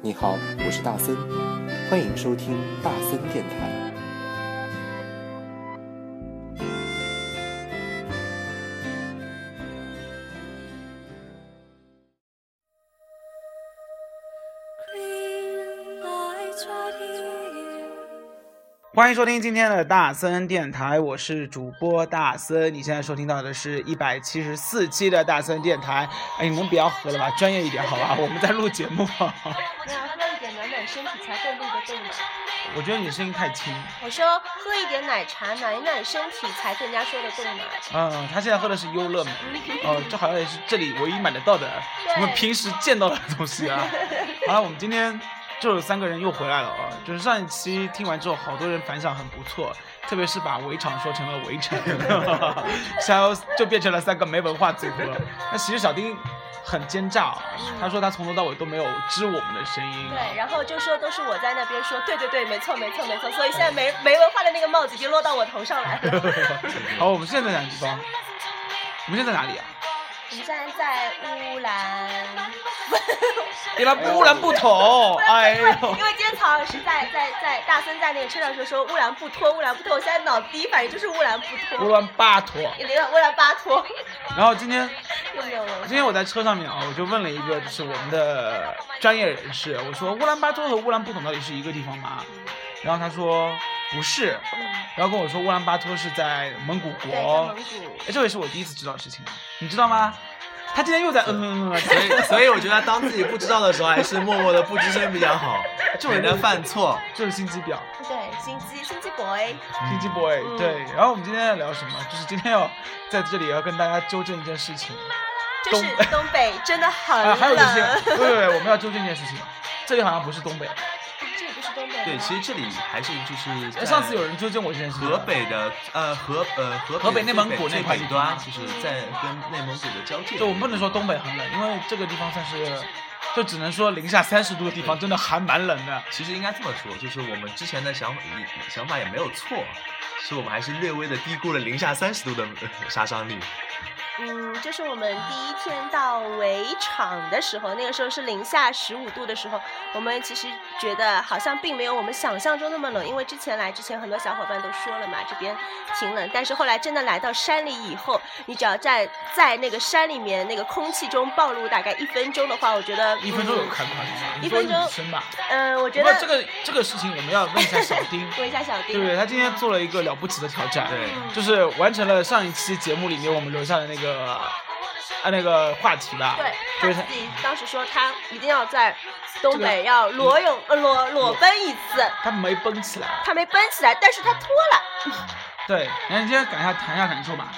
你好，我是大森，欢迎收听大森电台。欢迎收听今天的大森电台，我是主播大森。你现在收听到的是一百七十四期的大森电台。哎，你们不要喝了吧，专业一点好吧？我们在录节目。要喝一点暖暖身体，才会录得更好。我觉得你声音太轻。 我说喝一点奶茶，暖一暖身体，才更加说得更暖。嗯，他现在喝的是优乐美，哦，这好像也是这里唯一买得到的，我们平时见到的东西 啊。好了，我们今天就是三个人又回来了啊，就是上一期听完之后，好多人反响很不错，特别是把围场说成了围城， 然后就变成了三个没文化组合。那其实小丁很奸诈啊，他说他从头到尾都没有知我们的声音。对，然后就说都是我在那边说，对对对，没错没错没错，所以现在没没文化的那个帽子就落到我头上来 了。好，我们现在在哪个地方？我们现在在哪里啊？我们现在在乌兰， 伊拉乌兰布统，哎因呦为。因为今天曹老师在在在大森在那个车上说说乌兰布托乌兰布托，我现在脑子第一反应就是乌兰布乌托，兰巴托。连乌兰巴托然后今天，又没有文化今。天我在车上面啊，我就问了一个，就是我们的专业人士，我说乌兰巴托和乌兰布统到底是一个地方吗？然后他说不是，嗯，然后跟我说乌兰巴托是在蒙古对，在国蒙。古。哎，这也是我第一次知道的事情，你知道吗？他今天又在嗯嗯嗯嗯，所以，所以我觉得当自己不知道的时候，还是默默的不吱声比较好，就免得犯错。就是心机婊，对，心机心机 boy。心机 boy、嗯对，然后我们今天要聊什么？就是今天要在这里要跟大家纠正一件事情。就是东北真的很冷。啊，还有一些，嗯对对对，我们要纠正一件事情，这里好像不是东北。哎这也不是东北吗。啊对，其实这里还是就是在哎，上次有人纠正我这件事情，河北的呃河呃河河北的内最蒙北古那最块北地端，方就是在跟内蒙古的交 界。就我们不能说东北啊很冷，因为这个地方算是，就只能说零下三十度的地方，真的还蛮冷的。其实应该这么说，就是我们之前的想法想法也没有错，是我们还是略微的低估了零下三十度的呃杀伤力。嗯，就是我们第一天到围场的时候，那个时候是零下十五度的时候，我们其实觉得好像并没有我们想象中那么冷，因为之前来之前很多小伙伴都说了嘛，这边挺冷，但是后来真的来到山里以后，你只要在在那个山里面那个空气中暴露大概一分钟的话，我觉得一分钟有嗯看夸张吗？一分钟你说女生吧。嗯、我不觉过得这个这个事情我们要问一下小丁， 问一下小丁，对不对？他今天做了一个了不起的挑战，对，就是完成了上一期节目里面我们留下的那个啊那个话题吧。对，就是他他自己当时说他一定要在东这北要裸泳、呃裸裸奔一次，他没绷起来。他没奔起来，但是他脱了。对，然后你今天感一下谈一下感受吧。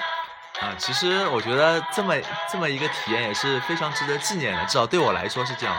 啊、其实我觉得这么这么一个体验也是非常值得纪念的，至少对我来说是这样。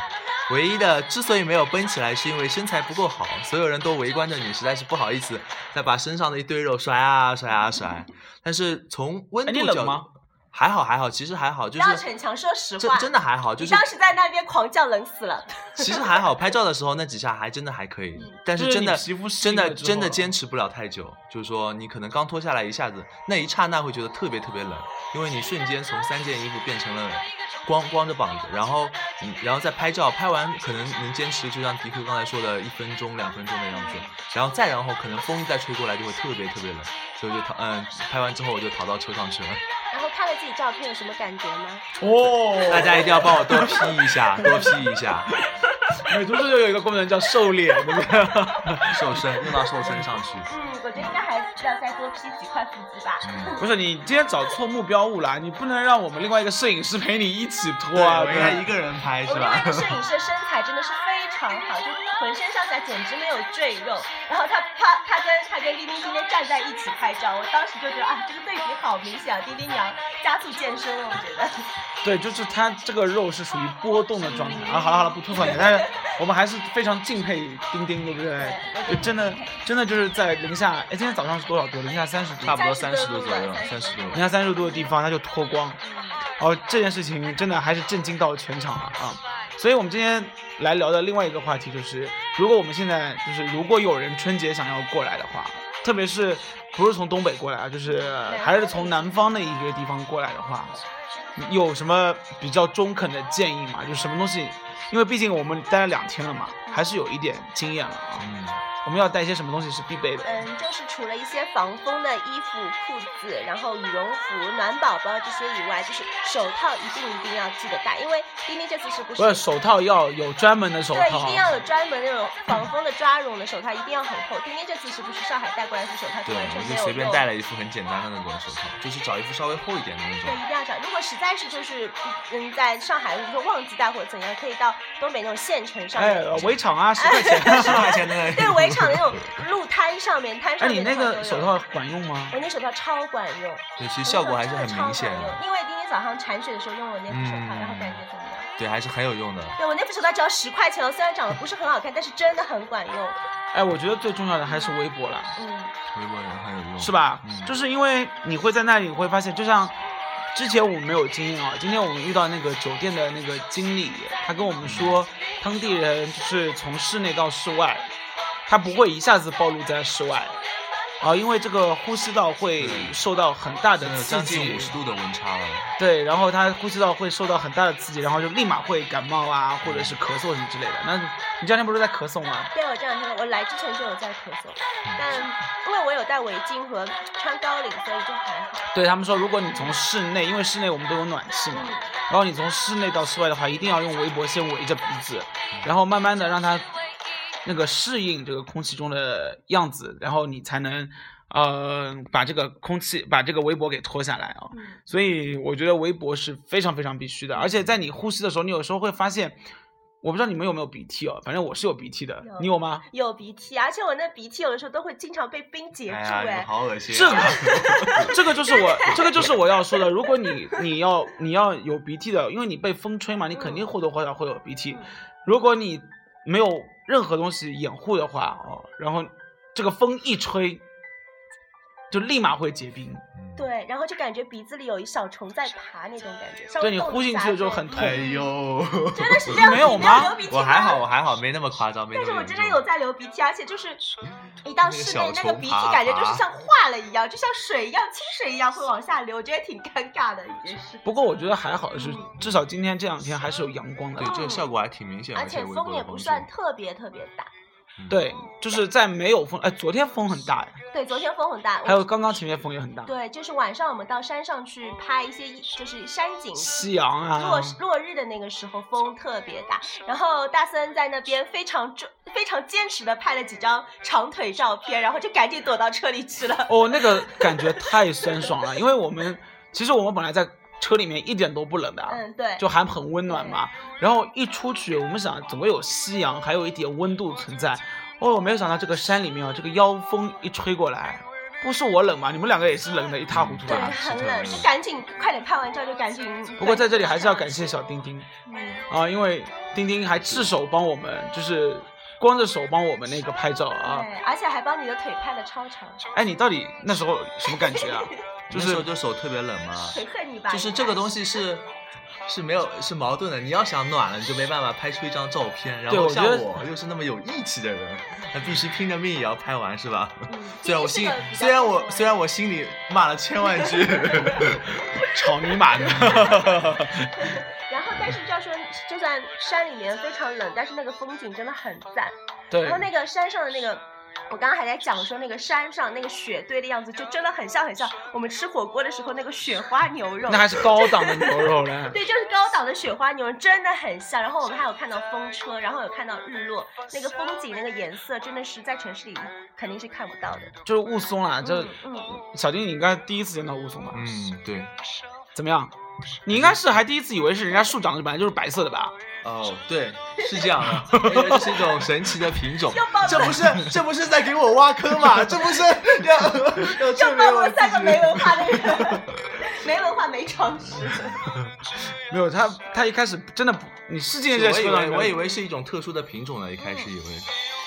唯一的之所以没有奔起来，是因为身材不够好，所有人都围观着你，实在是不好意思再把身上的一堆肉甩啊甩啊甩。但是从温哎你度冷角吗度，还好还好，其实还好，不就要是逞强，说实真话，真的还好，就你是当时在那边狂叫，冷死了。其实还好，拍照的时候那几下还真的还可以，嗯但就是是真你的皮肤适真应的了之真的后坚持不了太久，就是说你可能刚脱下来一下子，那一刹那会觉得特别特别冷，因为你瞬间从三件衣服变成了光光着膀子，然后你然后再拍照，拍完可能能坚持，就像迪克刚才说的一分钟两分钟的样子，然后再然后可能风一再吹过来就会特别特别冷，所以我就逃嗯拍完之后我就逃到车上去了。然后看了自己照片有什么感觉吗？哦大家一定要帮我多 P 一 下，多 P 一下，美图秀秀有一个功能叫瘦脸，对不对？ 瘦身用到瘦身上去。嗯，我觉得应该还是要再多 P 几块腹肌吧。嗯不是你今天找错目标物了，啊你不能让我们另外一个摄影师陪你一起脱对，啊！我应该对一个人拍是我们另外吧一个？摄影师的身材真的是非常好，就浑身上下简直没有赘肉。然后他他他跟他跟丁丁今天站在一起拍照，我当时就觉得啊，这个对比好明显啊，丁丁娘加速健身了，我觉得。 对，就是他这个肉是属于波动的状态啊。好了好了，不吐槽你，但是我们还是非常敬佩丁丁，对不对？就真的真的就是在零下，哎，今天早上是多少度？零下三十度，差不多30三十度度左右， 30三十度。零下三十度的地方他就脱光。哦，这件事情真的还是震惊到全场了啊！所以我们今天来聊的另外一个话题就是，如果我们现在就是如果有人春节想要过来的话，特别是不是从东北过来啊，就是还是从南方的一个地方过来的话，你有什么比较中肯的建议吗？就什么东西因为毕竟我们待了两天了嘛，还是有一点经验了啊。嗯，我们要带一些什么东西是必备的？嗯，就是除了一些防风的衣服、裤子，然后羽绒服、暖宝宝这些以外，就是手套一定一定要记得戴，因为丁丁这次是不是不是手套要有专门的手对，一套啊定，要有专门那种防风的抓绒的手套，一定要很厚。丁丁这次是不是上海带过来的手套就对，完全我没就有随便用带了一副很简单的那种手套，就是找一副稍微厚一点的那对， 种。一定要找。如果实在是就是嗯，在上海如果说忘记带或者怎样，可以到东北那种县城上哎面，，围场啊，十块钱。十块钱的那对围场那种路摊上面，摊哎，上你面那的个话手都有，套管用吗？我那手套超管用，对，其实效果还是很明显我那手套超管的，用因为今天早上铲雪的时候用我那副手套，嗯然后感觉怎么样？对，还是很有用的。对我那副手套只要十块钱哦，虽然长得不是很好看，但是真的很管用。哎，我觉得最重要的还是围脖啦。嗯，微波人很有用，是？吧？嗯就是因为你会在那里，你会发现，就像之前我们没有经验啊，今天我们遇到那个酒店的那个经理，他跟我们说，当地人就是从室内到室外，他不会一下子暴露在室外。啊，因为这个呼吸道会嗯受到很大的真的刺将近激五，十度的温差了，对，然后他呼吸道会受到很大的刺激，然后就立马会感冒啊，或者是咳嗽什么之类的。那你这两天不是在咳嗽吗？对我这两天我来之前就有在咳嗽，但因为我有戴围巾和穿高领，所以就还好。对他们说，如果你从室内，因为室内我们都有暖气嘛，然后你从室内到室外的话，一定要用围脖先围着鼻子，然后慢慢的让它那个适应这个空气中的样子，然后你才能呃把这个空气把这个围脖给脱下来啊、嗯，所以我觉得围脖是非常非常必须的，而且在你呼吸的时候，你有时候会发现，我不知道你们有没有鼻涕哦，反正我是有鼻涕的有，你有吗？有鼻涕，而且我那鼻涕有的时候都会经常被冰结住哎呀，你们哎。好恶心这啊！个，这个 就是我，这个就是我要说的。如果你你要你要有鼻涕的，因为你被风吹嘛，你肯定或多或少会有鼻涕嗯。如果你没有任何东西掩护的话，哦，然后这个风一吹，就立马会结冰。嗯，对，然后就感觉鼻子里有一小虫在爬那种感觉，稍微对你动一呼进下去就对很痛。哎呦，真的是这样子，没有你那吗流鼻涕我还吗好，我还好，没那么夸张，没那但么是我严真的重有在流鼻涕，而且就是一到那个室小内那个虫鼻爬涕感觉就是爬像化了一样，就像水一样、清水一样会往下流，我觉得挺尴尬的一件事。不过我觉得还好的嗯是，至少今天这两天还是有阳光的哦对。这个效果还挺明显，而且微波风的也帮不助算特别特别大，嗯对，就是在没有风，哎，昨天风很大呀，对，昨天风很大，我还有刚刚前面风也很大，哦对，就是晚上我们到山上去拍一些一就是山景。夕阳落啊，落日的那个时候风特别大，然后大森在那边非常专非常坚持的拍了几张长腿照片，然后就赶紧躲到车里去啊了。哦，那个感觉太酸爽了，因为我们其实我们本来在车里面一点都不冷的啊，嗯，对，就还很温暖嘛。然后一出去，我们想总会有夕阳，还有一点温度存在。哦，没有想到这个山里面啊，这个妖风一吹过来，不是我冷嘛，你们两个也是冷的一塌糊涂对，啊。很是的冷，是就的赶紧快点拍完照就赶紧。不过在这里还是要感谢小丁丁嗯啊，因为丁丁还赤手帮我们，就是光着手帮我们那个拍照啊。对，而且还帮你的腿拍的超长，哎，你到底那时候什么感觉 啊？就就是是就手特别冷嘛，很恨你吧？就是这个东西是是没有是矛盾的。你要想暖了，你就没办法拍出一张照片。然对后我像觉得我又是那么有义气的人，那必须拼着命也要拍完，是吧？嗯，虽然我这心个比较虽然重我要虽然我心里骂了千万 句，草泥马呢？ 然后但是就要说，就算山里面非常冷，但是那个风景真的很赞。对然后，那个山上的那个，我刚刚还在讲说那个山上那个雪堆的样子，就真的很像很像我们吃火锅的时候那个雪花牛肉那。还是高档的牛肉呢。对，就是高档的雪花牛肉，真的很像。然后我们还有看到风车，然后有看到日落，那个风景那个颜色真的是在城市里肯定是看不到的。就是雾啊凇啦，这嗯嗯，小丁你应该第一次见到雾凇吧？嗯，对，怎么样？你应该是还第一次以为是人家树长得本来就是白色的吧？哦，对，是这样的，因为这是一种神奇的品种。又爆这不是这不是在给我挖坑吗？这不是要要又证明暴我露自三个己没文化 的人，没文化没常识。没有，他他一开始真的不，你是今天在我以树上为面，我以为是一种特殊的品种呢，一开始以为。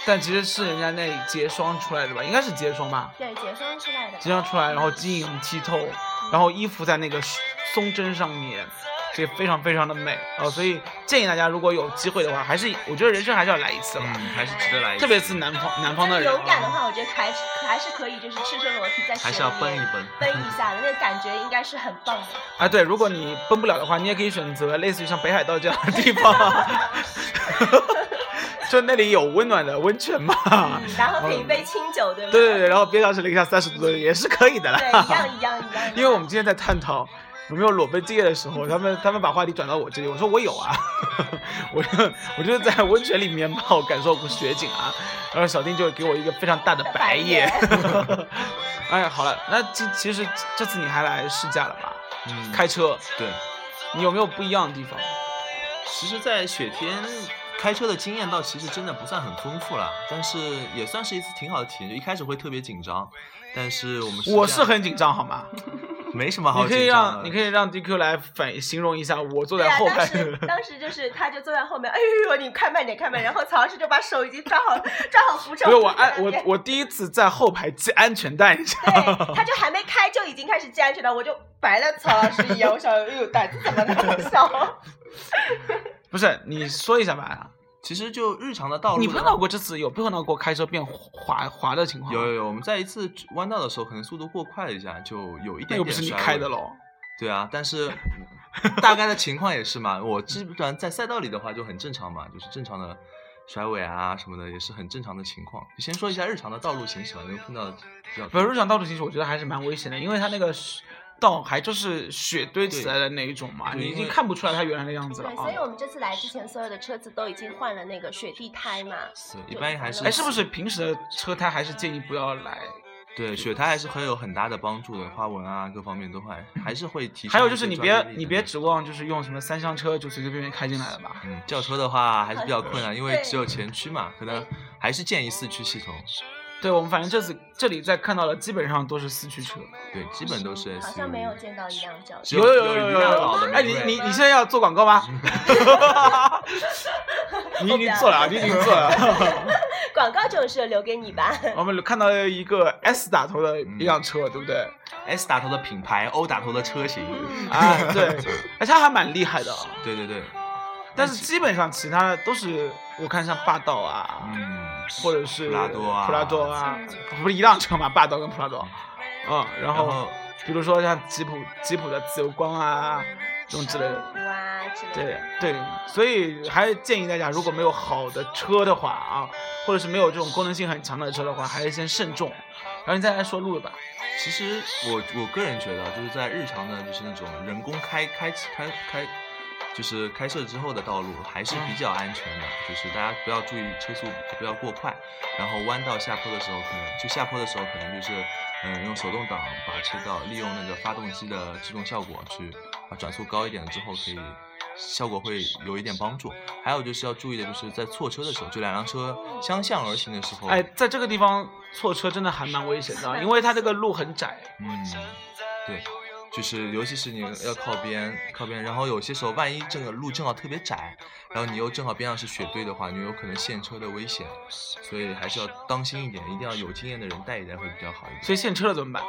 但其实是人家那里结霜出来的吧？应该是结霜吧？对，解放出来的。结霜出来，然后晶莹剔透，然后衣服在那个松针上面，所以非常非常的美哦、呃所以建议大家如果有机会的话，还是我觉得人生还是要来一次吧，嗯，还是值得来一次，特别是南方南方的人，勇敢的啊话，我觉得还是还是可以，就是赤身裸体在还是水要里奔一面奔奔一下的，那个感觉应该是很棒 的。啊，对，如果你奔不了的话，你也可以选择类似于像北海道这样的地方， 就那里有温暖的温泉嘛。嗯然后品杯清酒，对不对对对对，然后边上是零下三十度的也是可以的啦。对，一样一样一样。 因为我们今天在探讨有没有裸奔经验的时候，他们他们把话题转到我这里，我说我有啊， 我就我就是在温泉里面泡感受过雪景啊，然后小丁就给我一个非常大的白眼。 哎呀，好了，那其其实这次你还来试驾了吧？嗯开车，对。你有没有不一样的地方？其实，在雪天开车的经验倒其实真的不算很丰富啦，但是也算是一次挺好的体验。就一开始会特别紧张，但是我们试驾我是很紧张，好吗？没什么好你可以紧张的。让你可以让 DQ 来反形容一下，我坐对在啊，后当排。 时当时就是他就坐在后面，哎呦，你开慢点，开慢点。然后曹老师就把手已经抓好， 抓好扶手。不是我就在那安我边我第一次在后排系安全带，你知道吗？对，他就还没开就已经开始系安全带，我就白了曹老师一眼，我想，哎呦，胆子怎么那么 小？不是，你说一下吧。其实就日常的道路你呢，碰到过这次有碰到过开车变滑滑的情况吗？有有有，我们在一次弯道的时候，可能速度过快了一下，就有一那点又点不是你摔开尾的喽。对啊，但是大概的情况也是嘛。我基本上在赛道里的话就很正常嘛，就是正常的甩尾啊什么的，也是很正常的情况。先说一下日常的道路行驶吧，能碰到的比较不多是，。日常道路行驶，我觉得还是蛮危险的，因为它那个雪道还就是雪堆起来的那一种嘛，对你已因经为看不出来它原来的样子了对，啊所以。我们这次来之前，所有的车子都已经换了那个雪地胎嘛。对，一般还是哎，是不是平时的车胎还是建议不要来？对雪胎还是会有很大的帮助的，花纹啊各方面都会还是会提升一些专业力的。还有就是你别你别指望就是用什么三厢车就随随便便开进来了吧？嗯，轿车的话还是比较困难，因为对只有前驱嘛，可能还是建议四驱系统。对我们反正这次这里在看到的基本上都是四驱车，对，基本都是 SUV。好像没有见到一辆轿只车。有有有有一有辆有老的，玫哎，你瑰你你现在要做广告 吗？你已经做了，啊，你已经做 了。广告这种事留给 你吧。我们看到了一个 S 打头的一辆嗯车，对不 对？ S 打头的品牌，O 打头的车型。嗯啊，对，哎，它还蛮厉害的啊，对对对，但是基本上其他的都是我看像霸道啊，嗯。或者是普拉多啊普拉多啊，不是一辆车嘛，霸道跟普拉多，嗯，然然后后比如说像吉普吉普的自由光啊这种之类的。哇，之类对的。对，所以还是建议大家，如果没有好的车的话啊，或者是没有这种功能性很强的车的话，还是先慎重。然后你再来说路了吧，其实我我个人觉得，啊就是在日常的，就是那种人工开开开开，就是开设之后的道路还是比较安全的，就是大家不要注意车速不要过快，然后弯道下坡的时候，可能就下坡的时候可能就是，嗯，用手动挡把车道利用那个发动机的制动效果去把转速高一点了之后可以。效果会有一点帮助，还有就是要注意的，就是在错车的时候，就两辆车相向而行的时候，哎，在这个地方错车真的还蛮危险的，因为它这个路很窄。嗯，对，就是尤其是你要靠边靠边，然后有些时候万一这个路正好特别窄，然后你又正好边上是雪堆的话，你有可能陷车的危险，所以还是要当心一点，一定要有经验的人带一带会比较好一点。所以陷车了怎么办？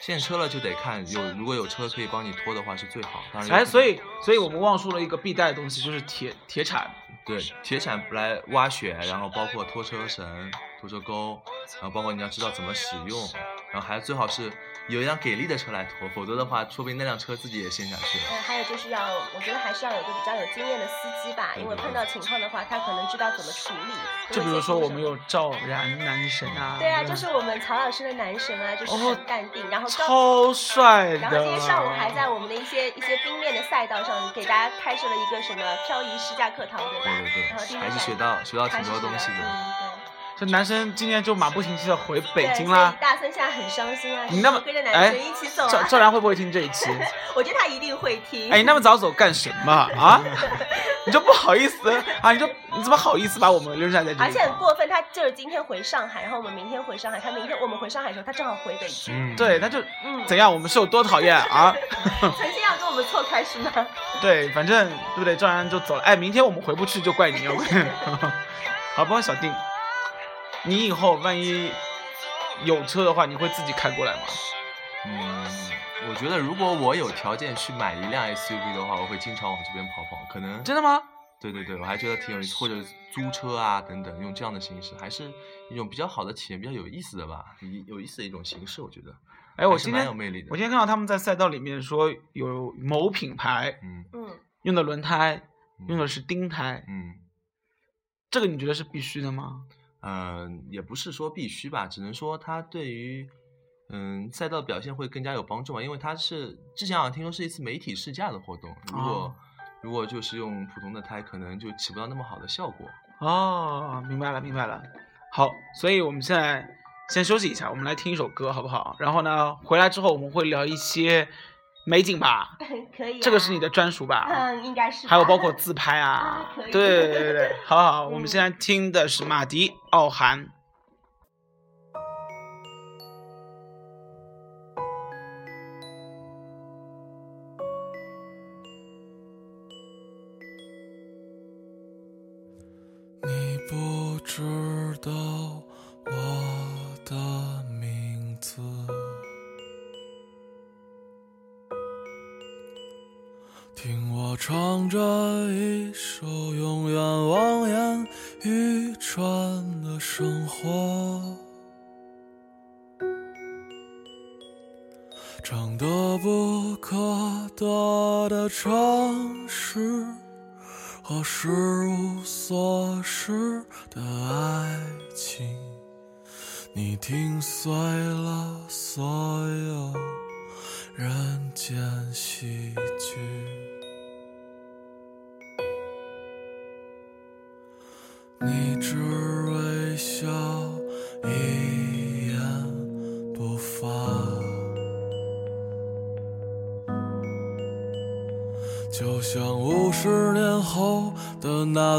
陷车了就得看有，如果有车可以帮你拖的话是最好。当然有可能，哎，所以所以我们忘说了一个必带的东西，就是铁铁铲。对铁铲来挖雪，然后包括拖车绳、拖车钩，然后包括你要知道怎么使用，然后还最好是有一辆给力的车来拖，否则的话，说不定那辆车自己也陷下去了。嗯，还有就是要，我觉得还是要有一个比较有经验的司机吧，因为碰到情况的话，他可能知道怎么处理。嗯就比如说我们有赵然男神啊，对啊，就是我们曹老师的男神啊，就是很淡定，然后高。哦超帅的。然后今天上午还在我们的一些一些冰面的赛道上，给大家开设了一个什么漂移试驾课堂，对吧？对对然后第对，一还是站学到学到挺还是多学东到西的。嗯对。这男生今天就马不停蹄的回北对京所啦以。大森现在很伤心啊！你那么跟着哎男神一起走赵啊！赵然会不会听这一 期？我觉得他一定会听。哎，你那么早走干什么啊？你就不好意思啊？你就你怎么好意思把我们扔下在这里？而且很过分，他就是今天回上海，然后我们明天回上海，他明天我们回上海的时候，他正好回北京，嗯，对，他就嗯怎样？我们是有多讨厌啊？曾经要跟我们错开是吗？对，反正对不对？赵然就走了。哎，明天我们回不去就怪你，我跟你 好，包括小丁，你以后万一有车的话，你会自己开过来吗？嗯，我觉得如果我有条件去买一辆 SUV 的话，我会经常往这边跑跑，可能真的吗？对对对，我还觉得挺有意思，或者租车啊等等，用这样的形式还是一种比较好的体验，比较有意思的吧，一有意思的一种形式，我觉得。哎，我还是今蛮天有魅力的。我今天看到他们在赛道里面说有某品牌嗯嗯，用的轮胎用的是是钉胎，嗯这个你觉得是必须的吗？呃，也不是说必须吧，只能说它对于嗯赛道表现会更加有帮助嘛，因为它是之前好像听说是一次媒体试驾的活动，如果、哦如果就是用普通的胎，可能就起不到那么好的效果。哦，明白了，明白了。好，所以我们现在先休息一下，我们来听一首歌，好不好？然后呢，回来之后我们会聊一些美景吧， 可以、啊。嗯这个是你的，专属吧？嗯，应该是吧。还有包括自拍啊啊可，以对对 对，好好，我们嗯现在听的是马迪《傲寒》。你不知道我的名字，听我唱着一首永远望眼欲穿的生活，唱得不可得的城市。和十无所失的爱情，你听碎了所有人间喜剧。你只微笑，一言不发。就像五十年后的那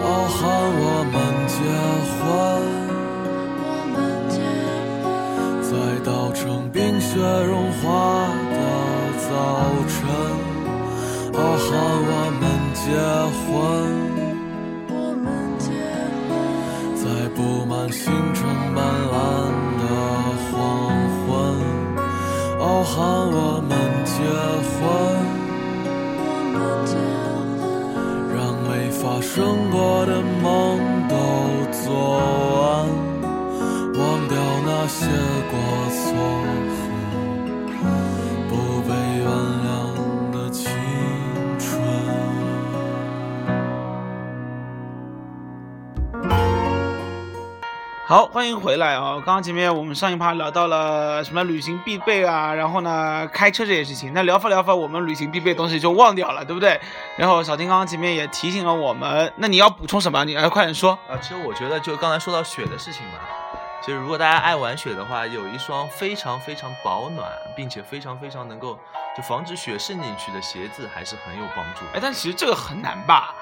傲寒，我们结婚，我们结婚，再到成冰雪融化的早晨。傲寒，我们结婚，我们结婚，在布满星辰斑斓的黄昏。傲寒，我们结婚，我们结婚，让没发生过的梦都做完，忘掉那些过错和不被原谅的青春。好，欢迎回来啊、刚刚前面我们上一趴聊到了什么旅行必备啊，然后呢开车这件事情，那聊发聊发，我们旅行必备的东西就忘掉了，对不对？然后小丁刚刚前面也提醒了我们，那你要补充什么？你来快点说。啊，其实我觉得就刚才说到雪的事情嘛，其实如果大家爱玩雪的话，有一双非常非常保暖，并且非常非常能够就防止雪渗进去的鞋子，还是很有帮助的。哎，但其实这个很难吧？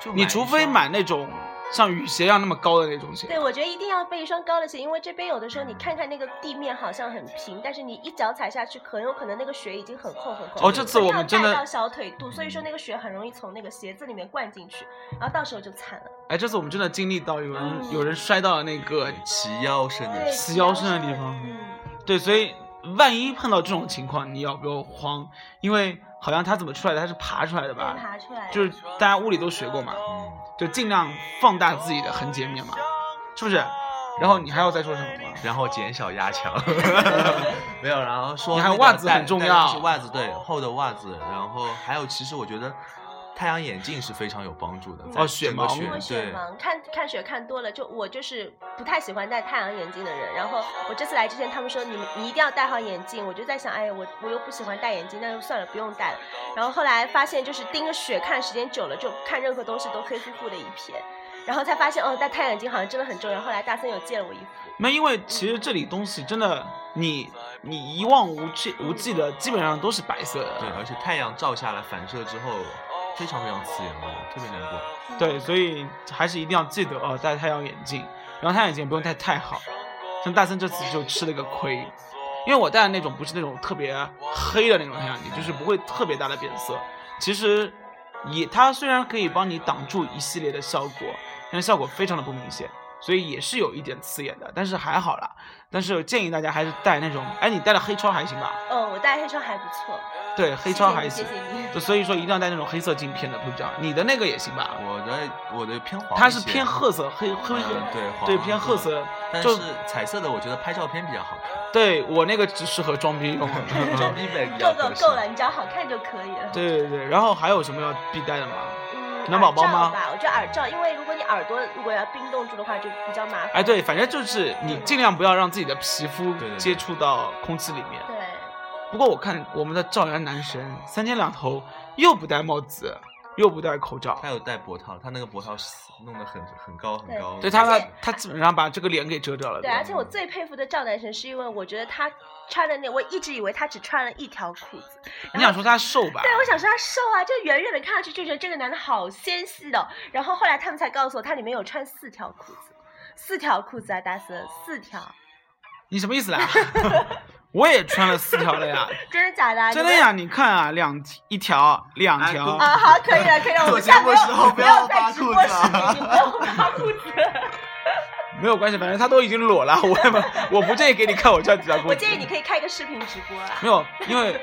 就你买一除非双买那种像雨鞋一样那么高的那种鞋。对，我觉得一定要备一双高的鞋，因为这边有的时候你看看那个地面好像很平，但是你一脚踩下去，很有可能那个雪已经很厚很厚。哦这次我们真的一定要盖到小腿肚，所以说那个雪很容易从那个鞋子里面灌进去，然后到时候就惨了。哎，这次我们真的经历到有人、嗯有人摔到了那个，齐腰深的对，鞋，死腰身的地方嗯，对，所以万一碰到这种情况，你要不要慌？因为好像他怎么出来的？他是爬出来的吧？爬出来了。就是大家物理都学过嘛，嗯，就尽量放大自己的横截面嘛，是不是？然后你还要再说什么吗？然后减小压 强，没有，然后说你看那个袜子戴很重戴的就是要袜子对厚的袜子，然后还有其实我觉得太阳眼镜是非常有帮助的，在哦雪整个盲因为雪雪对。盲，看看雪看多了，就我就是不太喜欢戴太阳眼镜的人。然后我这次来之前，他们说你们你一定要戴好眼镜，我就在想，哎呀，我我又不喜欢戴眼镜，那就算了，不用戴了。然后后来发现，就是盯着雪看时间久了，就看任何东西都黑乎乎的一片。然后才发现，哦，戴太阳眼镜好像真的很重要。后来大森有借了我一副，没，因为其实这里东西真的，你你一望无际无际的，基本上都是白色对，的。而且太阳照下来反射之后，非常非常刺眼，我特别难过。对，所以还是一定要记得哦，戴太阳眼镜。然后太阳眼镜也不用戴太好，像大森这次就吃了个亏，因为我戴的那种不是那种特别黑的那种太阳镜，就是不会特别大的变色。其实也它虽然可以帮你挡住一系列的效果，但是效果非常的不明显，所以也是有一点刺眼的，但是还好啦。但是建议大家还是戴那种，哎，你戴了黑超还行吧？嗯，我戴黑超还不错，对，黑超还谢行谢。你，谢谢就所以说一定要戴那种黑色镜片的会比较好。你的那个也行吧？我的我的偏黄一些，啊它是偏褐色，黑黑黑，嗯对黄对偏褐色。但就是彩色的我觉得拍照片比较 好看，对我那个只适合装逼用。装逼呗，比够较够合适够了，你只要好看就可以了。 对对对，然后还有什么要必带的吗？嗯，暖宝宝吗耳罩吧，我觉得耳罩，因为如果你耳朵如果要冰冻住的话，就比较麻烦。哎，对，反正就是你尽量不要让自己的皮肤对对对接触到空气里面。对，不过我看我们的赵然男神三天两头又不戴帽子，又不戴口罩他，有戴脖套，他那个脖套是弄得很很高很高。对他而他且他基本上把这个脸给遮掉了。对，啊而且我最佩服的赵男神是因为我觉得他穿的那，我一直以为他只穿了一条裤子。你想说他瘦吧？对，我想说他瘦啊，就远远的看上去就觉得这个男的好纤细的。然后后来他们才告诉我，他里面有穿四条裤子，四条裤子啊，大森，四条，你什么意思 啦？我也穿了四条了呀，真的假的啊？ 真你的们呀！你看啊，两一条，两哎条，哥啊，好，可以了，可以了，我做们节下目没有时候不没要有在扒直裤播子室啊里面不要扒裤 子。没有关系，反正他都已经裸了，我也没我不建议给你看我穿几条裤子。我建议你可以开一个视频直播啊 没。有，因为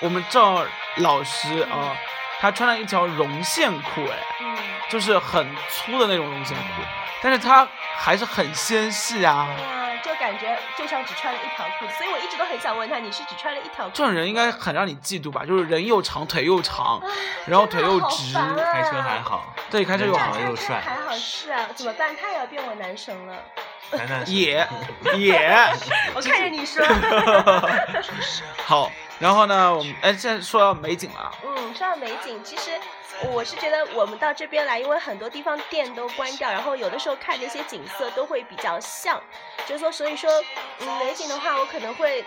我们赵老师啊、他穿了一条绒线裤，哎，嗯，就是很粗的那种绒线裤，但是他还是很纤细啊。哇，就感觉就像只穿了一条裤子，所以我一直都很想问他，你是只穿了一条这裤子？种人应该很让你嫉妒吧？就是人又长，腿又长，然后腿又直，真的好烦啊哎开车还好，对，开车又人好长，又帅还好是啊，怎么办？他也要变我男神了。楠楠是也也我看着你说，好。然后呢，我们哎，现在说到美景了啊， 嗯，说到美景，其实我是觉得我们到这边来，因为很多地方店都关掉，然后有的时候看那些景色都会比较像，就是说，所以说，嗯，美景的话，我可能会。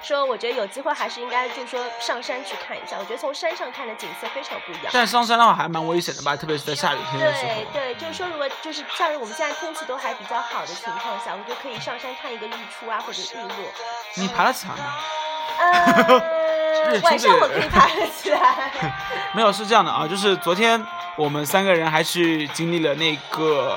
说，我觉得有机会还是应该，就是说上山去看一下。我觉得从山上看的景色非常不一样。但上山的话还蛮危险的吧，特别是在下雨天的时候对。对，就是说，如果就是像我们现在天气都还比较好的情况下，我们就可以上山看一个日出啊，或者日落。你爬得起来吗？日 呃，出晚上这个我可以爬得 起来。没有，是这样的啊，就是昨天我们三个人还去经历了那个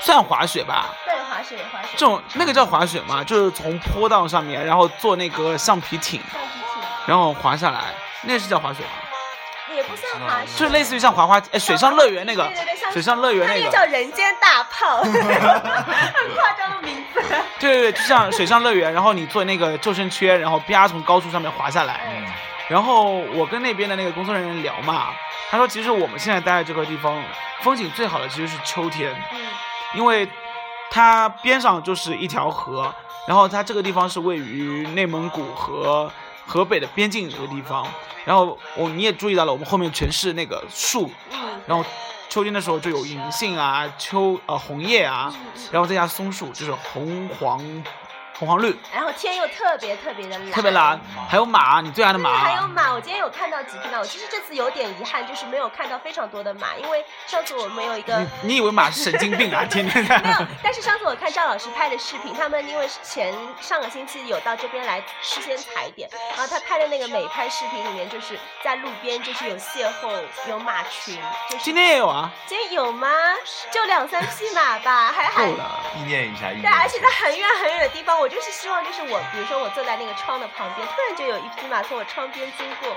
算滑雪吧，对，滑雪，滑雪。这种那个叫滑雪嘛，就是从坡道上面，然后坐那个橡皮艇，橡皮艇然后滑下来，那是叫滑雪吗？也不算滑就雪，类似于像滑滑哎水上乐园那个对对对像，水上乐园它那那个个叫，人间大 炮，很夸张的名字。对对对，就像水上乐园，然后你坐那个救生圈，然后啪从高处上面滑下来。嗯然后我跟那边的那个工作人员聊嘛，他说其实我们现在待的这个地方风景最好的其实是秋天，嗯，因为它边上就是一条河，然后它这个地方是位于内蒙古和河北的边境一个地方。然后我你也注意到了，我们后面全是那个树，嗯然后秋天的时候就有银杏啊、秋呃红叶啊，然后再加松树，就是红黄红黄绿，然后天又特别特别的蓝，特别蓝。还有马，你最爱的对，还有马。马，我今天有看到几匹马。我其实这次有点遗憾，就是没有看到非常多的马，因为上次我们有一个你你以为马是神经病啊？天天没有在。，但是上次我看赵老师拍的视频，他们因为前上个星期有到这边来事先踩点，然后他拍的那个美拍视频里面，就是在路边就是有邂逅，有马群，就 是今天也有啊，今天有吗？就两三匹马吧，还还够了。意念一下，意念对，啊一下而且在很远很远的地方，我就是希望就是我，比如说我坐在那个窗的旁边，突然就有一匹马从我窗边经过，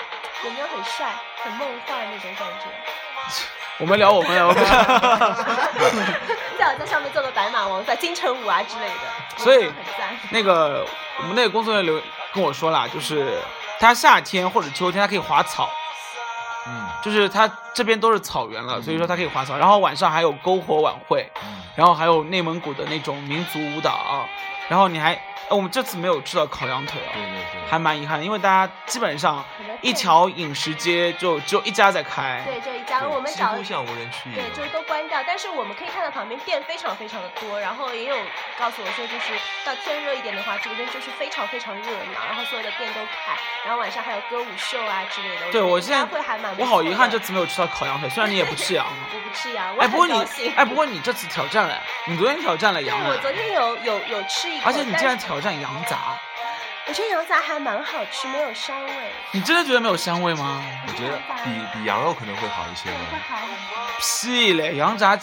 有没有很帅、很梦幻那种感觉？我们聊我们的。 在我在上面做个白马王，在金城武啊之类的，所以我觉得很赞。那个我们那个工作人员留跟我说啦，就是他夏天或者秋天他可以滑草，嗯就是他这边都是草原了，所以说他可以滑草。然后晚上还有篝火晚会，然后还有内蒙古的那种民族舞蹈，然后你还呃我们这次没有吃到烤羊腿啊，对对对，还蛮遗憾的，因为大家基本上可能一店条饮食街就只有一家在开。对就一家，对我们几找乎像无人区一对，就是样。都关掉。但是我们可以看到旁边店非常非常的多，然后也有告诉我说，就是到天热一点的话，这边就是非常非常热闹，然后所有的店都开，然后晚上还有歌舞秀啊之类的。对我我觉现得应在该会还蛮不我好错遗憾的这次没有吃到烤羊腿，虽然你也不吃羊。 啊我不吃羊，我哎，很不过你高兴。哎，不过你这次挑战了，你昨天挑战了对羊我了，昨天有有有吃一口，而且你但竟然是挑战羊杂，我觉得羊杂还蛮好吃，没有膻味。你真的觉得没有膻味吗？我觉得比比羊肉可能会好一些对，嗯会吧。好很多。屁嘞，羊杂，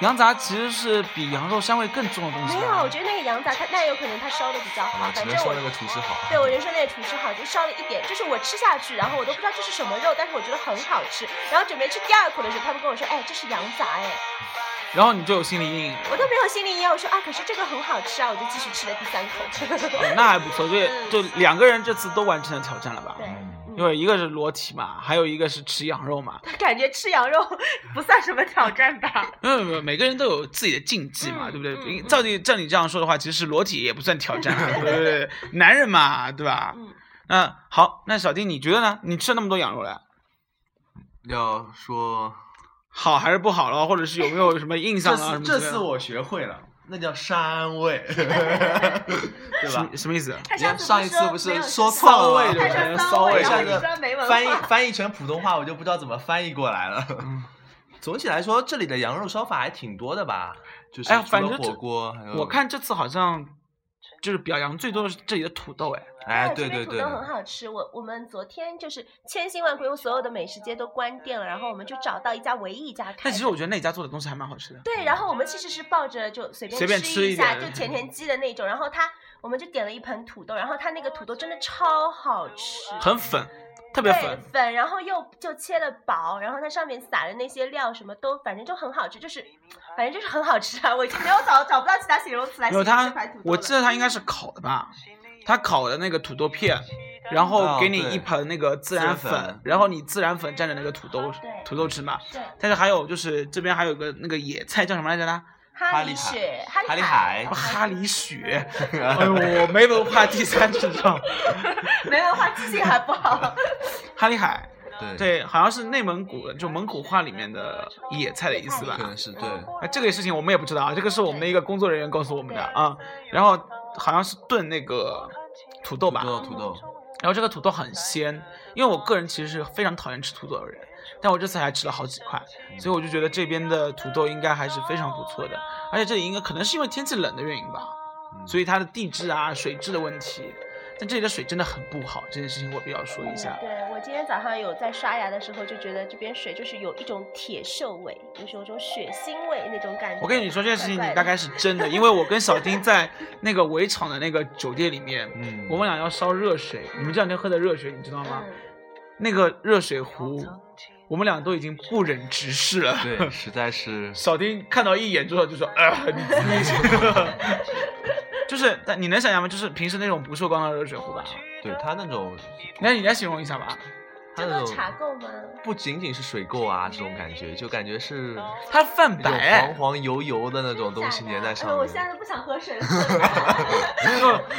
羊杂其实是比羊肉膻味更重的东西没吧。有，我觉得那个羊杂它那有可能它烧的比较好好吧，，只反能正说我那个厨师好。对我人生那个厨师好，就烧了一点，就是我吃下去，然后我都不知道这是什么肉，但是我觉得很好吃。然后准备吃第二口的时候，他们跟我说，哎，这是羊杂，哎，然后你就有心理阴影了。我都没有心理阴影，我说啊，可是这个很好吃啊，我就继续吃了第三口。 哦那还不错，对，就两个人这次都完成了挑战了吧？对，嗯因为一个是裸体嘛，还有一个是吃羊肉嘛，感觉吃羊肉 不算什么挑战吧？因为每个人都有自己的禁忌嘛，嗯对不对？嗯嗯照你照你这样说的话，其实裸体也不算挑战啊，对 不对？男人嘛，对吧？嗯，那好，那小丁你觉得呢？你吃了那么多羊肉了，要说好还是不好了，或者是有没有什么印象这啊？什次么这之次类的我学会了，那叫膻 味，对什吧么？什么意思？他你看上一次不是说错骚了味吗对不他对？说骚骚味味，然后现你在说没文化翻译翻译成普通话，我就不知道怎么翻译过来了。嗯 总体来说，这里的羊肉烧法还挺多的吧？就是哎呀除反了正火这锅，还有我看这次好像就是表扬最多的是这里的土豆，哎，哎，这对边对土对豆，很好吃。我我们昨天就是千辛万苦，因为所有的美食街都关店了，然后我们就找到一家唯一一家开的。但其实我觉得那家做的东西还蛮好吃的。对，然后我们其实是抱着就随随便吃吃一一下，点就甜甜鸡的那种。然后他，我们就点了一盆土豆，然后他那个土豆真的超好吃，很粉，特别对粉。粉，然后又就切了薄，然后它上面撒的那些料什么都，反正就很好吃，就是反正就是很好吃啊！我已经没有找找不到其他形容词来没有形容这它盘土豆，我记得它它应该是烤的吧？它烤的那个土豆片，然哦后给你对一盆那个孜然孜粉，然粉然后你孜然粉蘸着那个土豆哦对土豆吃嘛。对但是还有就是这边还有个那个野菜叫什么来着呢？哈哈里里海雪，哈哈里里海，海哈里 雪，哎呦，我没文化第三智障。没文化记性还不好。哈里海，对对，对，好像是内蒙古的，就蒙古话里面的野菜的意思吧可？能是对。嗯啊，这个事情我们也不知道啊，这个是我们的一个工作人员告诉我们的啊。然后好像是炖那个土豆吧？土豆土豆，然后这个土豆很鲜，因为我个人其实是非常讨厌吃土豆的人，但我这次还吃了好几块，嗯所以我就觉得这边的土豆应该还是非常不错的。而且这里应该可能是因为天气冷的原因吧，嗯所以它的地质啊、水质的问题，但这里的水真的很不好，这件事情我必须要说一下。对我今天早上有在刷牙的时候，就觉得这边水就是有一种铁锈味，就是有种血腥味那种感觉。我跟你说这件事情，怪怪你的大概是真的，因为我跟小丁在那个围场的那个酒店里面，嗯，我们俩要烧热水，你们这两天喝的热水，你知道吗？嗯那个热水壶，我们俩都已经不忍直视了。对，实 在是小丁看到一眼之后就说：“啊、你自己去。”就是，但你能想象吗？就是平时那种不锈钢的热水壶吧？对它那种，那你来形容一下吧。嗯它这那个种茶垢吗？不仅仅是水垢啊，这种感觉就感觉是它泛那种白黄，黄油油的那种东西粘在上哎面。我现在都不想 喝水了。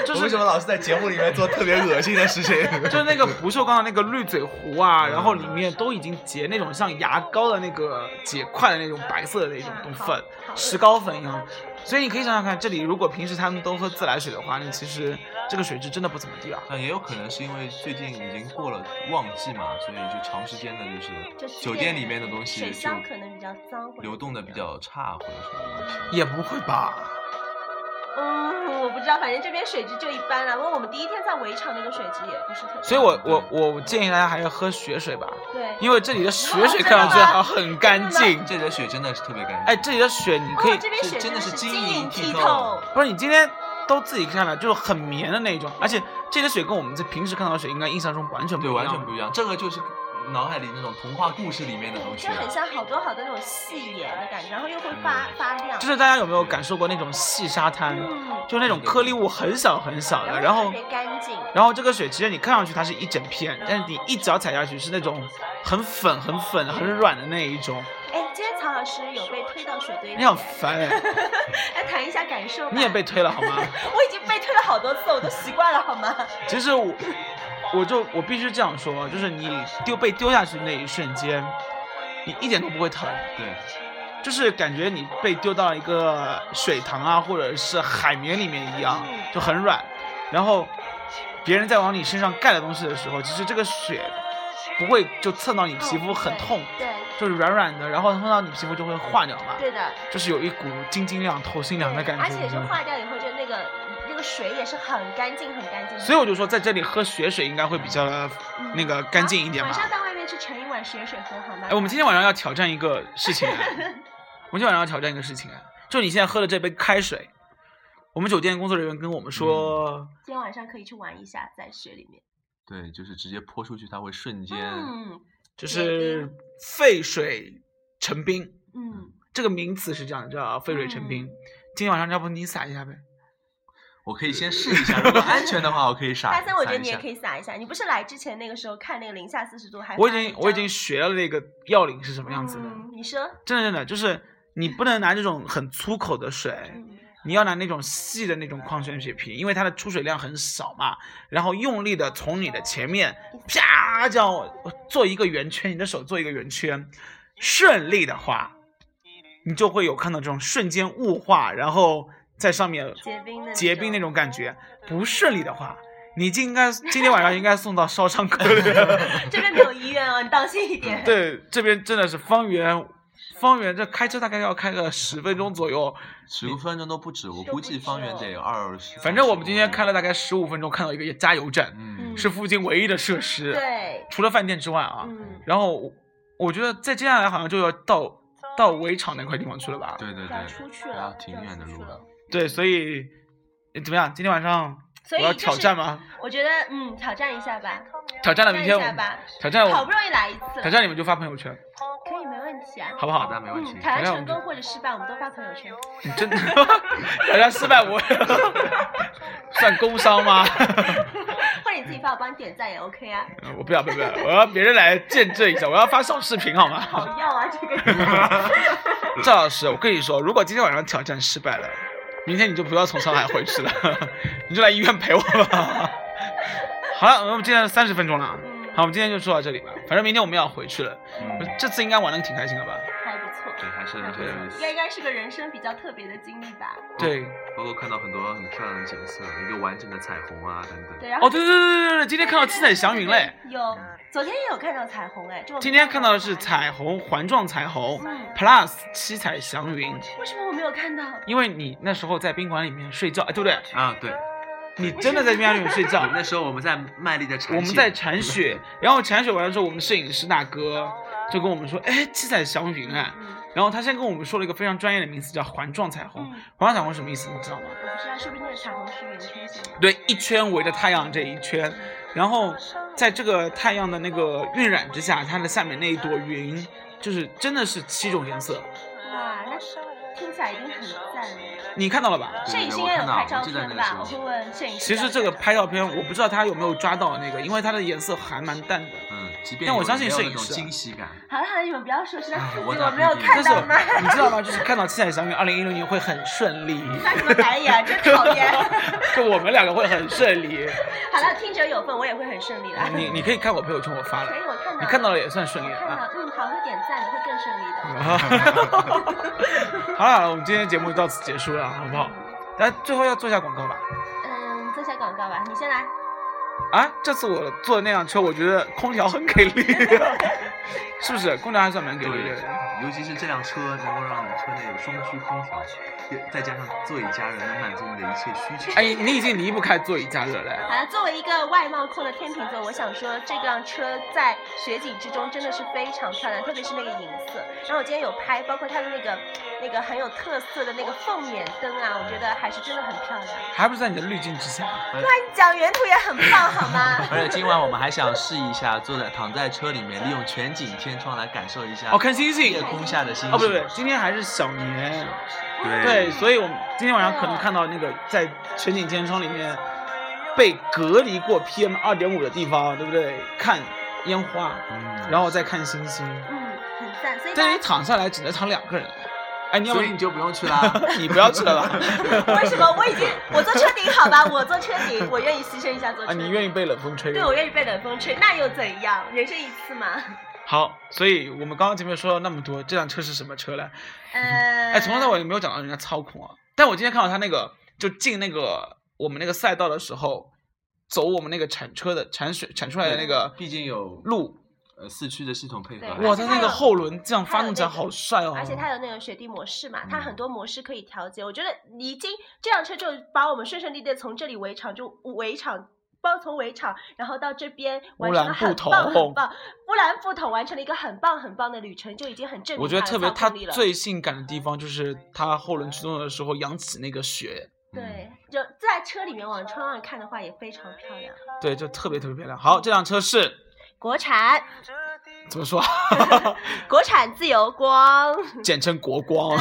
就我是为什么老是在节目里面做特别恶心的事 情？ 就是那个不锈钢的那个滤嘴壶啊，然后里面都已经结那种像牙膏的那个结块的那种白色的那种粉啊好好，石膏粉一样。所以你可以想想看，这里如果平时他们都喝自来水的话，那其实这个水质真的不怎么地啊。但也有可能是因为最近已经过了旺季嘛，所以就长时间的就就是是酒店里面的东西水就箱可能比较脏或者流动的比较差或者什么东西。也不会吧？嗯，我不知道，反正这边水质就一般啦。因为我们第一天在围场那个水质也不是特别。所以我我我建议大家还是喝雪水吧。对，因为这里的雪水看上去好像很干净。这里的雪真的是特别干净。哎，这里的雪你可以哦，，这边是水真的是是晶晶莹莹剔剔透透。不是你今天都自己看了，就是很绵的那种，而且这里的水跟我们在平时看到的水应该印象中完全不一样。对，完全不一样。这个就是脑海里那种童话故事里面的对东西就。嗯很像好多好多那种细盐的感觉，然后又会发发亮，嗯就是大家有没有感受过那种细沙滩，嗯，就那种颗粒物很小很小的，呃然然后后特别干净，然后这个水其实你看上去它是一整片，但是你一脚踩下去是那种很粉很粉很软的那一种，哎，今天曹老师有被推到水堆里，你好烦哎，来谈一下感受吧。你也被推了好吗？ 我已经被推了好好多次，我都习惯了，好吗？其实我，我就我必须这样说，就是你丢被丢下去那一瞬间，你一点都不会疼，对，就是感觉你被丢到一个水塘啊，或者是海绵里面一样，就很软。然后别人在往你身上盖的东西的时候，其实这个水不会就蹭到你 皮肤很痛，嗯对，就是软软的，然后碰到你皮肤就会化掉嘛，对的。就是有一股晶晶亮、透心凉的感觉，嗯而且你知是道吗化掉以后，就那个那个水也是很干净，很干净。所以我就说，在这里喝血水应该会比较那个干净一点晚吧。上到外面去盛一碗血水喝，好吗？哎，我们今天晚上要挑战一个事 情、啊，我们今天晚上要挑战一个事情、啊，就你现在喝的这杯开水，我们酒店工作人员跟我们说，今天晚上可以去玩一下，在水里面。对，就是直接泼出去，它会瞬间，嗯就是沸水成冰，嗯，这个名词是这样的，叫沸水成冰。今天晚上要不你撒一下呗？我可以先 试一下，如果安全的话，我可以傻。大森，我觉得撒一你也下可以撒一下。你不是来之前那个时候看那个零下四十度还我已发了经哎一我已张经学了那个要领是什么样子的，嗯，你说，真的真的就是你不能拿这种很粗口的水。嗯你要拿那种细的那种矿泉水瓶，因为它的出水量很少嘛，然后用力的从你的前面啪这样做一个圆圈，你的手做一个圆圈，顺利的话，你就会有看到这种瞬间雾化，然后在上面结冰的结冰那种感觉。不顺利的话，你就应该今天晚上应该送到烧伤科里。这边没有医院哦，你当心一点。嗯对，这边真的是方圆，方圆这开车大概要开个十分钟左右，十五分钟都不止，我估计方圆得有二十。反正我们今天开了，大概十五分钟，看到一个加油站。嗯，是附近唯一的设施，对，除了饭店之外啊。嗯，然后我我觉得再接下来好像就要到到围场那块地方去了吧？对对要对，出去然了啊后，挺远的要出去路了。对所以呃怎么样？今天晚上所以我要就挑是战吗？我觉得，嗯，挑战一下吧，挑战了挑明战天我一下们吧。挑战好我不容易来一次挑了，战你们就发朋友圈，可以没问题啊。好不好？好的， 没问题嗯，。挑战挑战我成功们或者失败，我们都发朋友圈。你真的挑战失败我算工伤吗？ 或者你自己发，我帮你点赞也 OK 啊。我不要不要不要，我要别人来见证一下，我要发小视频好好吗？要啊，这个。赵老师，我跟你说，如果今天晚上挑战失败了，明天你就不要从上海回去了， 你就来医院陪我吧。 好了，我们今天三十分钟了啊，好，我们今天就说到这里吧。反正明天我们要回去了，嗯，这次应该玩的挺开心的吧？还不错，对，还是很有意应思该。应该是个人生比较特别的经历吧。对，包括看到很多很漂亮的景色，一个完整的彩虹啊等等。对，然后哦，对对对对对，今天看到七彩祥云嘞，有，昨天也有看到彩虹哎，这我没今天看到的是过彩虹环状彩虹嗯 plus 七彩祥云，为什么我没有看到？因为你那时候在宾馆里面睡觉，哎，对不对？啊，对，你真的在宾馆里面睡觉，那时候我们在卖力的产我们在铲 雪，然后铲雪完了之后，我们摄影师大哥就跟我们说，哎，七彩祥云 啊。嗯，然后他先跟我们说了一个非常专业的名词，叫环状彩虹。嗯环状彩虹什么意思？你知道吗？我不知道，说不定那个彩虹是圆圈形的。对，一圈围着太阳这一圈，然后在这个太阳的那个晕染之下，它的下面那一朵云，就是真的是七种颜色，哇，那听起来一定很赞哎。你看到了吧？摄影师应我该有看到拍照我记得片那个吧时？我候会问摄影师其要不要。实这个拍照片，我不知道他有没有抓到那个，因为它的颜色还蛮淡的。嗯，即便但我有相信没有摄那影种师啊惊喜感，好了好了，你们不要说是在刺哎我激，打我没有屁屁但看是到吗？ 你知道吗？就是看到七彩祥云，二零一六年会很顺利。翻什么白眼，真讨厌！ 就我们两个会很顺利。好了，听者有份，我也会很顺利啦。 你你可以看我朋友圈，我发可以，了，我看到你看到了也是算顺利了看到啊。了，嗯，好，会点赞，会更顺利 的。好了好了，我们今天节目就到此结束了，好不好？但最后要做一下广告吧。嗯，做下广告吧，你先来。啊，这次我坐的那辆车，我觉得空调很给力，啊是不是？空调还算蛮给力的。尤其是这辆车能够让你车内有双区空调，也再加上座椅加热，能满足你的一切需求。哎，你已经离不开座椅加热了。好了，呃作为一个外貌控的天秤座，我想说这辆车在雪景之中真的是非常漂亮，特别是那个银色。然后我今天有拍，包括它的那个那个很有特色的那个凤眼灯啊，我觉得还是真的很漂亮。还不是在你的滤镜之下，讲原图也很棒，好吗？而且今晚我们还想试一下，坐在躺在车里面，利用全景天窗来感受一下哦，看星星夜，空下的星哦，不星。对不对，今天还是小年， 对对，所以我们今天晚上可能看到那个在全景天窗里面被隔离过 PM 二点五的地方，对不对？看烟花，嗯然后再看星星。嗯，很赞。所以大但你家躺下来只能躺两个人，哎，你要不所以你就不用去啦。 你不要去 了吧？ 为什么？我已经我做车顶好吧，我做车顶，我愿意牺牲一下做车啊，顶。你愿意被冷风吹？对我愿意被冷风吹，那又怎样？人生一次嘛。好，所以我们刚刚前面说了那么多，这辆车是什么车嘞？呃，哎，从头到尾没有讲到人家操控啊。但我今天看到他那个，就进那个我们那个赛道的时候，走我们那个铲车的铲水铲出来的那个毕竟有路，呃四驱的系统配合对，还而哇，且他它那个有后轮这样它发有动那起来个好帅哦。而且它有那个雪地模式嘛，它嗯很多模式可以调节。我觉得已经这辆车就把我们顺顺利利地从这里围场就围场。包从围场，然后到这边完成了很棒乌兰布很统棒，乌兰布统完成了一个很棒很棒的旅程，就已经很证明我觉得它的特别，操它控力了最性感的地方就是它后轮驱动的时候扬起那个雪，对，就在车里面往窗外看的话也非常漂亮。对，就特别特别漂亮。好，这辆车是国产，怎么说？ 国产自由光，简称国 光，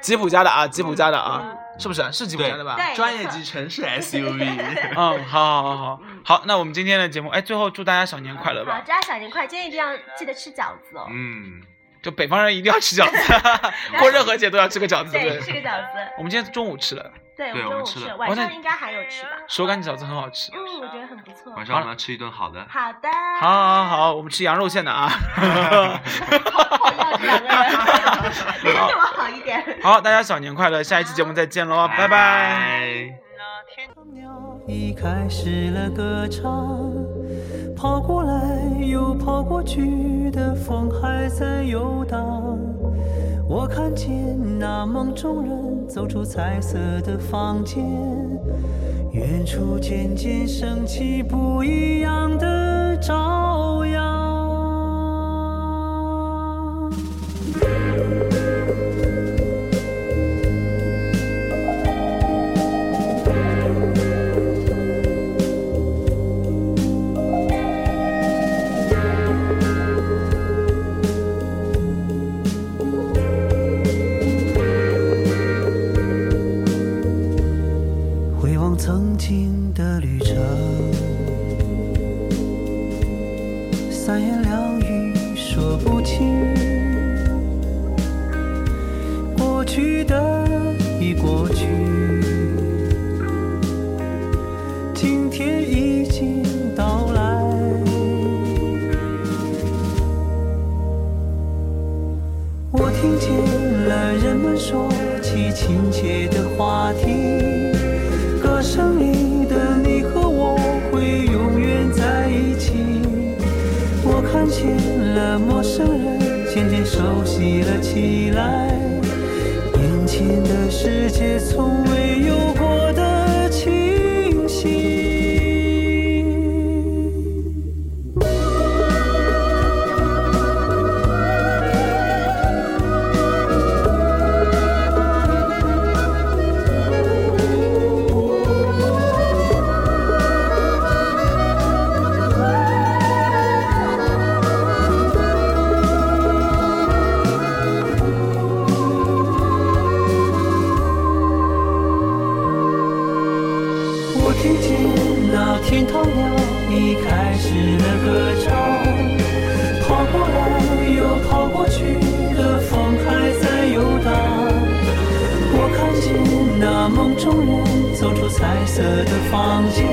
吉普家的啊，吉普家的啊，是不是？是吉普家的吧？嗯 对，专业没错级城市 SUV，嗯，好好好好好，那我们今天的节目，哎，最后祝大家小年快乐好，吧！大家小年快，今天一定要记得吃饺子哦。嗯，就北方人一定要吃饺子， 过任何节都要吃个饺子，对对，不吃对？个饺子。我们今天中午吃了，对，我对们我中们午吃吃，了晚我那上应该还有吃吧？手擀饺子很好吃。嗯，我觉得很不错。晚上我们要吃一顿好的。好的。好，好好，我们吃羊肉馅的啊！ 好样子两个人，你对我好 一点。好，大家小年快乐，下一期节目再见喽，拜拜。已开始了歌唱，跑过来又跑过去的风还在游荡。我看见那梦中人走出彩色的房间，远处渐渐升起不一样的朝阳。回望曾经的旅程，三言两语说不清，过去的已过去，今天已经到来。我听见了人们说起亲切的话题，歌声里的你和我会永远在一起。我看见了陌生人渐渐熟悉了起来，眼前的世界从未有过的清晰。我听见那天堂鸟已开始了歌唱，跑过来又跑过去的风还在游荡。我看见那梦中人走出彩色的房间，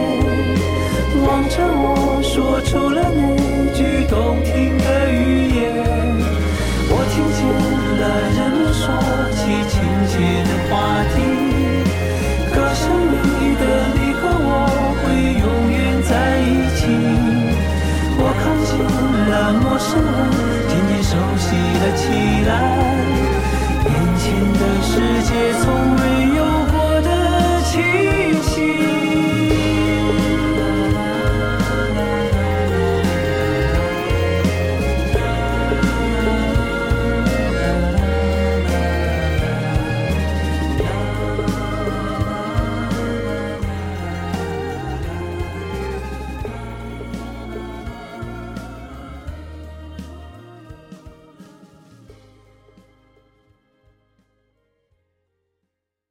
望着我